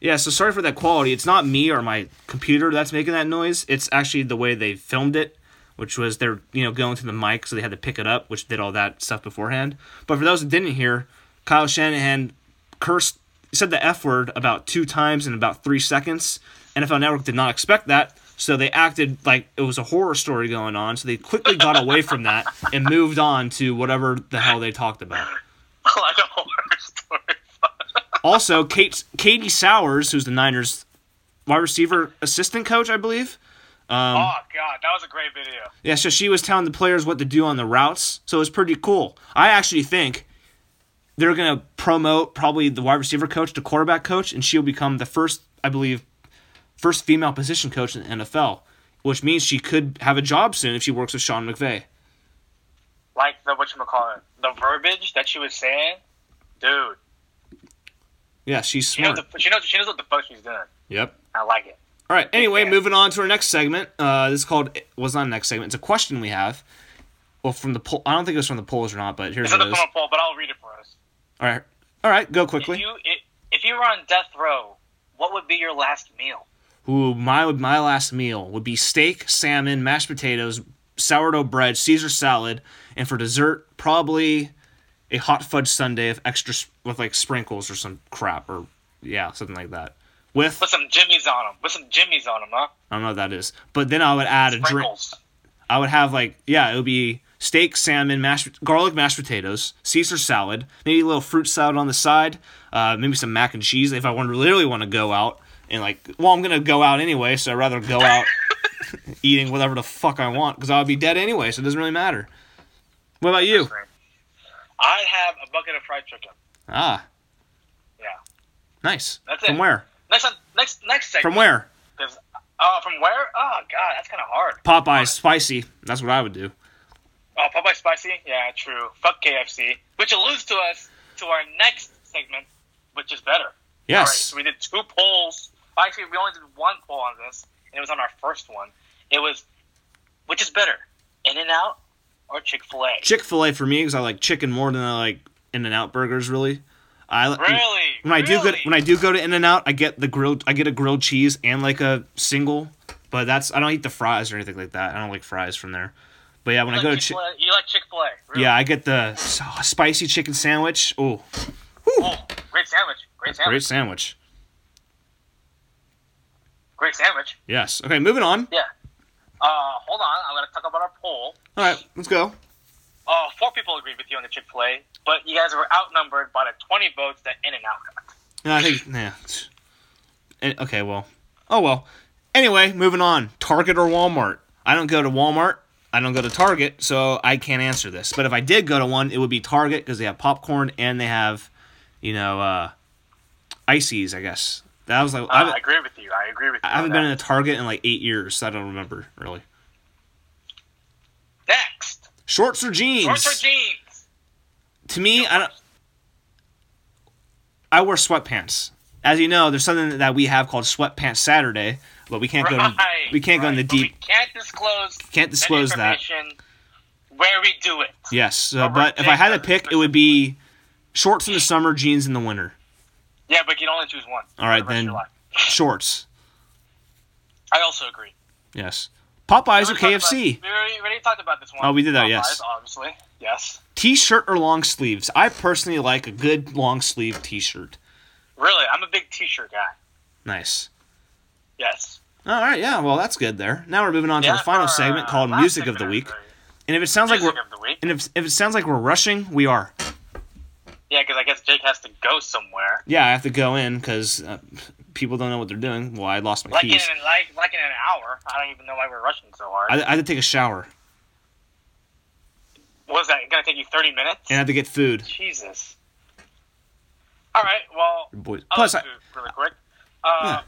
Speaker 4: Yeah, so sorry for that quality. It's not me or my computer that's making that noise. It's actually the way they filmed it, which was they're you know going to the mic, so they had to pick it up, which did all that stuff beforehand. But for those that didn't hear, Kyle Shanahan cursed, said the f word about two times in about three seconds. NFL Network did not expect that, so they acted like it was a horror story going on. So they quickly got away from that and moved on to whatever the hell they talked about.
Speaker 3: like a horror story.
Speaker 4: Also, Kate, Katie Sowers, who's the Niners wide receiver assistant coach, I believe.
Speaker 3: oh god, that was a great video.
Speaker 4: Yeah, so she was telling the players what to do on the routes. So it was pretty cool. I actually think they're going to promote probably the wide receiver coach to quarterback coach, and she'll become the first, I believe, first female position coach in the NFL, which means she could have a job soon if she works with Sean McVay.
Speaker 3: Like the what you call it, the verbiage that she was saying, dude.
Speaker 4: Yeah, she's
Speaker 3: She knows,
Speaker 4: smart.
Speaker 3: the, she knows she knows what the fuck she's doing.
Speaker 4: Yep.
Speaker 3: I like it.
Speaker 4: All right. Anyway,
Speaker 3: Yeah.
Speaker 4: moving on to our next segment. Uh, this is called was not a next segment. It's a question we have. Well, from the poll, I don't think it was from the polls or not, but here's
Speaker 3: It's
Speaker 4: what
Speaker 3: not
Speaker 4: it
Speaker 3: the
Speaker 4: is.
Speaker 3: phone poll, but I'll read it for us.
Speaker 4: All right, all right, go
Speaker 3: If
Speaker 4: quickly.
Speaker 3: you i- if you were on death row, what would be your last meal?
Speaker 4: Ooh, my my last meal would be steak, salmon, mashed potatoes, sourdough bread, Caesar salad, and for dessert, probably a hot fudge sundae with extra s- with like sprinkles or some crap or yeah, something like that. With
Speaker 3: Put some jimmies on them. Put some jimmies on them, huh?
Speaker 4: I don't know what that is, but then I would add a drink.
Speaker 3: Sprinkles.
Speaker 4: I would have like yeah, it would be steak, salmon, mashed garlic mashed potatoes, Caesar salad, maybe a little fruit salad on the side, uh, maybe some mac and cheese if I want to really want to go out and like well I'm gonna go out anyway, so I'd rather go out eating whatever the fuck I want because I'll be dead anyway, so it doesn't really matter. What about you?
Speaker 3: I'd have a bucket of fried chicken.
Speaker 4: Ah,
Speaker 3: Yeah.
Speaker 4: nice.
Speaker 3: That's
Speaker 4: From
Speaker 3: it.
Speaker 4: where?
Speaker 3: Next on, next next segment.
Speaker 4: From where?
Speaker 3: There's- Uh, from where? Oh god, that's kind of hard.
Speaker 4: Popeye's spicy. That's what I would do.
Speaker 3: Oh, Popeye spicy. Yeah, true. Fuck KFC, which alludes to us to our next segment, which is better. All right,
Speaker 4: Yes.
Speaker 3: so we did two polls. Actually, we only did one poll on this, and it was on our first one. It was, which is better, In and Out or Chick Fil A?
Speaker 4: Chick Fil A for me because I like chicken more than I like In and Out burgers. Really, I
Speaker 3: Really?
Speaker 4: when I do go
Speaker 3: Really?
Speaker 4: when I do go to In and Out, I get the grilled I get a grilled cheese and like a single, but that's I don't eat the fries or anything like that. I don't like fries from there. But yeah, when I go to Chick
Speaker 3: you like Chick Fil A? Really?
Speaker 4: yeah, I get the s- spicy chicken sandwich. Oh,
Speaker 3: Oh, great sandwich. Great sandwich.
Speaker 4: great
Speaker 3: Great,
Speaker 4: sandwich.
Speaker 3: sandwich.
Speaker 4: Yes. Okay, moving on.
Speaker 3: Yeah. Uh, hold on. I'm gonna talk about our poll.
Speaker 4: All right, let's go.
Speaker 3: Uh, four people agreed with you on the Chick Fil A, but you guys were outnumbered by the 20 votes that In and Out got.
Speaker 4: No, I think yeah. tch. Eh, Okay, well. Oh well. Anyway, moving on. Target or Walmart. I don't go to Walmart. I don't go to Target, so I can't answer this. But if I did go to one, it would be Target because they have popcorn and they have, you know, uh, ices. I guess that was like I
Speaker 3: Uh, I
Speaker 4: haven't,
Speaker 3: agree with you. I agree with you.
Speaker 4: I haven't
Speaker 3: on
Speaker 4: been in
Speaker 3: that.
Speaker 4: a Target in like eight years, so I don't remember really.
Speaker 3: Next,
Speaker 4: Shorts or jeans?
Speaker 3: shorts or jeans?
Speaker 4: to me, I don't. I wear sweatpants. As you know, there's something that we have called Sweatpants Saturday, but we can't go.
Speaker 3: Right.
Speaker 4: To, we can't go in the
Speaker 3: right. But
Speaker 4: deep.
Speaker 3: We can't disclose.
Speaker 4: Can't disclose that.
Speaker 3: information Where we do it.
Speaker 4: Yes, so,
Speaker 3: Or
Speaker 4: but if I had to
Speaker 3: ridiculous.
Speaker 4: pick, it would be shorts in the summer, jeans in the winter.
Speaker 3: Yeah, but you can only choose one.
Speaker 4: All right,
Speaker 3: for the rest of
Speaker 4: then
Speaker 3: your life.
Speaker 4: shorts.
Speaker 3: I also agree.
Speaker 4: Yes, Popeyes or
Speaker 3: We already talked
Speaker 4: KFC.
Speaker 3: about- we already, we already talked about this one.
Speaker 4: Oh, we did that,
Speaker 3: Popeyes,
Speaker 4: yes.
Speaker 3: Obviously, yes.
Speaker 4: T-shirt or long sleeves. I personally like a good long sleeve T-shirt.
Speaker 3: Really, I'm a big T-shirt guy.
Speaker 4: Nice.
Speaker 3: Yes.
Speaker 4: All right, yeah, well, that's good there. Now we're moving on to
Speaker 3: Yeah,
Speaker 4: the final
Speaker 3: for,
Speaker 4: segment
Speaker 3: uh,
Speaker 4: called
Speaker 3: last
Speaker 4: Music of the
Speaker 3: segment
Speaker 4: Week.
Speaker 3: the-
Speaker 4: And if it sounds like we're
Speaker 3: Music of the week.
Speaker 4: and if, if it sounds like we're rushing, we are.
Speaker 3: Yeah, because I guess Jake has to go somewhere.
Speaker 4: Yeah, I have to go in because uh, people don't know what they're doing. Well, I lost my
Speaker 3: Like in
Speaker 4: keys.
Speaker 3: an, like like in an hour. I don't even know why we're rushing so hard.
Speaker 4: I, I had to take a shower
Speaker 3: what was that? It's gonna take you thirty minutes?
Speaker 4: and I had to get food.
Speaker 3: Jesus. All right. Well,
Speaker 4: Boys.
Speaker 3: I'll
Speaker 4: Plus,
Speaker 3: Plus,
Speaker 4: I,
Speaker 3: Oh, really quick. Uh,
Speaker 4: Yeah.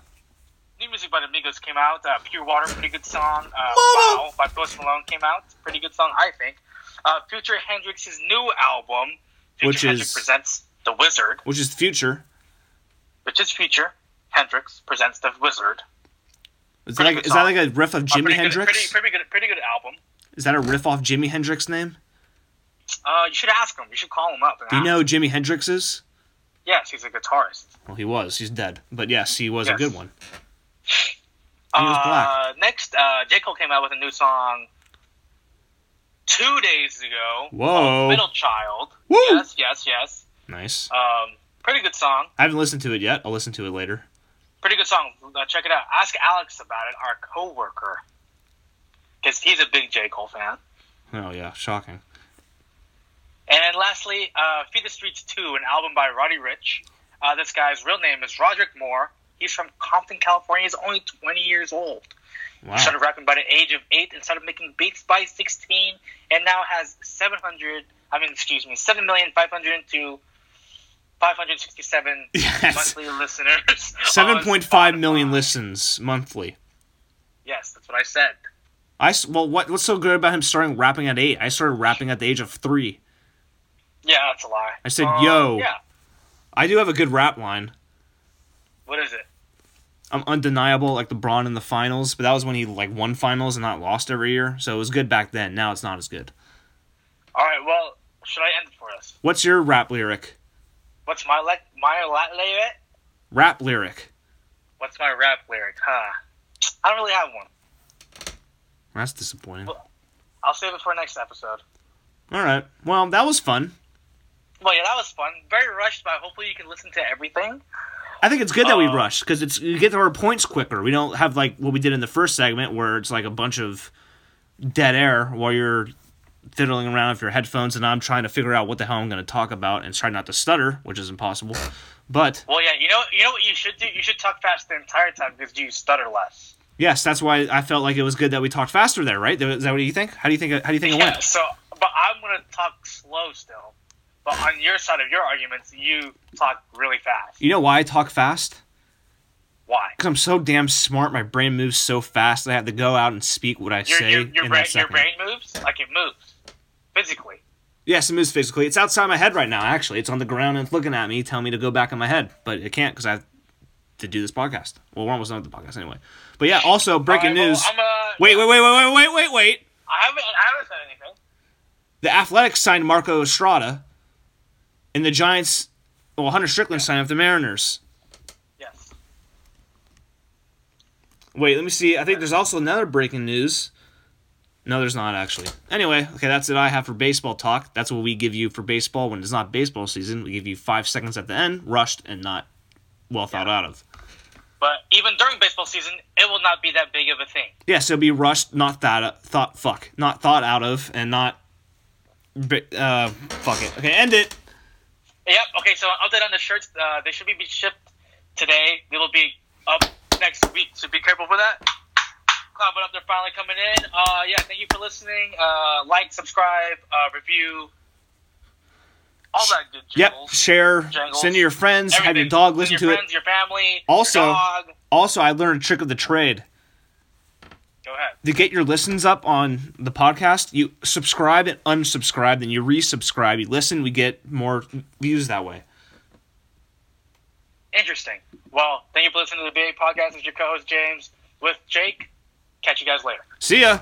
Speaker 3: New music by the Amigos came out. Uh, Pure Water, pretty good song. Uh, wow by Post Malone came out. Pretty good song, I think. Uh, Future Hendrix's new album, Future
Speaker 4: Which
Speaker 3: Hendrix
Speaker 4: is-
Speaker 3: presents The Wizard,
Speaker 4: which is future.
Speaker 3: which is Future Hendrix presents The Wizard.
Speaker 4: Is that,
Speaker 3: Pretty
Speaker 4: like,
Speaker 3: good
Speaker 4: is that like
Speaker 3: song.
Speaker 4: a riff of
Speaker 3: Uh,
Speaker 4: Jimi
Speaker 3: pretty
Speaker 4: Hendrix?
Speaker 3: Good, pretty, pretty good, pretty good album.
Speaker 4: Is that a riff off Jimi Hendrix name?
Speaker 3: Uh, you should ask him. You should call him up. and
Speaker 4: Do you
Speaker 3: ask.
Speaker 4: know who Jimi Hendrix is?
Speaker 3: Yes, he's a guitarist.
Speaker 4: Well, he was. He's dead. But yes, he was a
Speaker 3: Yes.
Speaker 4: good one. He was
Speaker 3: Uh,
Speaker 4: black.
Speaker 3: next, uh, J. Cole came out with a new song two days ago.
Speaker 4: Whoa.
Speaker 3: Middle Child.
Speaker 4: Woo.
Speaker 3: Yes, yes, yes.
Speaker 4: Nice.
Speaker 3: Um, pretty good song.
Speaker 4: I haven't listened to it yet. I'll listen to it later.
Speaker 3: Pretty good song. Uh, check it out. Ask Alex about it, our coworker, because he's a big J. Cole fan.
Speaker 4: Oh, yeah. Shocking.
Speaker 3: And then lastly, uh, Feed the Streets 2, an album by Roddy Rich. Uh, this guy's real name is Roderick Moore. He's from Compton, California. He's only 20 years old.
Speaker 4: Wow.
Speaker 3: started rapping by the age of eight and started making beats by 16 and now has 700 i mean excuse me 7 million 502 567
Speaker 4: Yes.
Speaker 3: monthly listeners
Speaker 4: Seven
Speaker 3: on
Speaker 4: point five
Speaker 3: Spotify.
Speaker 4: million listens monthly.
Speaker 3: yes that's what i said
Speaker 4: I s- well, what what's so good about him starting rapping at eight? I started rapping at the age of three.
Speaker 3: yeah that's a lie
Speaker 4: I said,
Speaker 3: Uh,
Speaker 4: "Yo."
Speaker 3: yeah
Speaker 4: I do have a good rap line.
Speaker 3: what is it
Speaker 4: I'm undeniable, like LeBron in the finals, but that was when he like won finals and not lost every year, so it was good back then. Now it's not as good.
Speaker 3: all right well should i end it for us
Speaker 4: What's your rap lyric?
Speaker 3: what's my le- my la- lyric
Speaker 4: Rap lyric.
Speaker 3: what's my rap lyric huh i don't really have one
Speaker 4: That's disappointing.
Speaker 3: i'll save it for next episode
Speaker 4: All right. Well, that was fun.
Speaker 3: well yeah that was fun very rushed but hopefully you can listen to everything
Speaker 4: I think it's good that we
Speaker 3: Uh,
Speaker 4: rushed because it's you get to our points quicker. We don't have like what we did in the first segment where it's like a bunch of dead air while you're fiddling around with your headphones and I'm trying to figure out what the hell I'm going to talk about and try not to stutter, which is impossible. But
Speaker 3: Well, yeah, you know, you know what you should do. You should talk fast the entire time because you stutter less.
Speaker 4: yes, that's why I felt like it was good that we talked faster there, right? Is that what you think? How do you think? How do you think it
Speaker 3: Yeah.
Speaker 4: went?
Speaker 3: So, but I'm gonna talk slow still. But on your side of your arguments, you talk really fast.
Speaker 4: You know why I talk fast?
Speaker 3: Why?
Speaker 4: Because I'm so damn smart. My brain moves so fast. that I have to go out and speak what I
Speaker 3: Your
Speaker 4: say
Speaker 3: your,
Speaker 4: in
Speaker 3: your, brain,
Speaker 4: that second.
Speaker 3: your brain moves like it moves physically.
Speaker 4: Yes, it moves physically. It's outside my head right now, actually. It's on the ground and it's looking at me, telling me to go back in my head. But it can't because I have to do this podcast. Well, we're almost done with the podcast anyway. But yeah, also, breaking
Speaker 3: All right, well,
Speaker 4: news.
Speaker 3: I'm gonna-
Speaker 4: wait, wait, wait, wait, wait, wait, wait, wait.
Speaker 3: I haven't I haven't said anything.
Speaker 4: The Athletics signed Marco Estrada, and the Giants, well, Hunter Strickland signed with the Mariners.
Speaker 3: Yes.
Speaker 4: Wait, let me see. I think there's also another breaking news. No, there's not actually. Anyway, okay, that's it I have for baseball talk. That's what we give you for baseball when it's not baseball season. We give you five seconds at the end, rushed and not well thought out of.
Speaker 3: But even during baseball season, it will not be that big of a thing.
Speaker 4: Yeah, so be rushed, not that thought, fuck, not thought out of, and not, ba- uh, fuck it. Okay, end it.
Speaker 3: Yep. Okay. So update on the shirts. Uh, they should be be shipped today. They will be up next week. So be careful for that. Clapping up. They're finally coming in. Uh, yeah. Thank you for listening. Uh, like, subscribe, uh, review, all that good.
Speaker 4: Yep,
Speaker 3: jingles.
Speaker 4: share,
Speaker 3: Jingles.
Speaker 4: send to your friends, have your
Speaker 3: Everything.
Speaker 4: dog listen
Speaker 3: your
Speaker 4: to
Speaker 3: friends,
Speaker 4: it.
Speaker 3: Your family.
Speaker 4: Also-
Speaker 3: Your dog.
Speaker 4: Also, I learned a trick of the trade.
Speaker 3: Go ahead.
Speaker 4: to get your listens up on the podcast, you subscribe and unsubscribe, then you resubscribe. You listen, we get more views that way.
Speaker 3: Interesting. Well, thank you for listening to the BA podcast. It's your co-host James with Jake. Catch you guys later.
Speaker 4: See ya.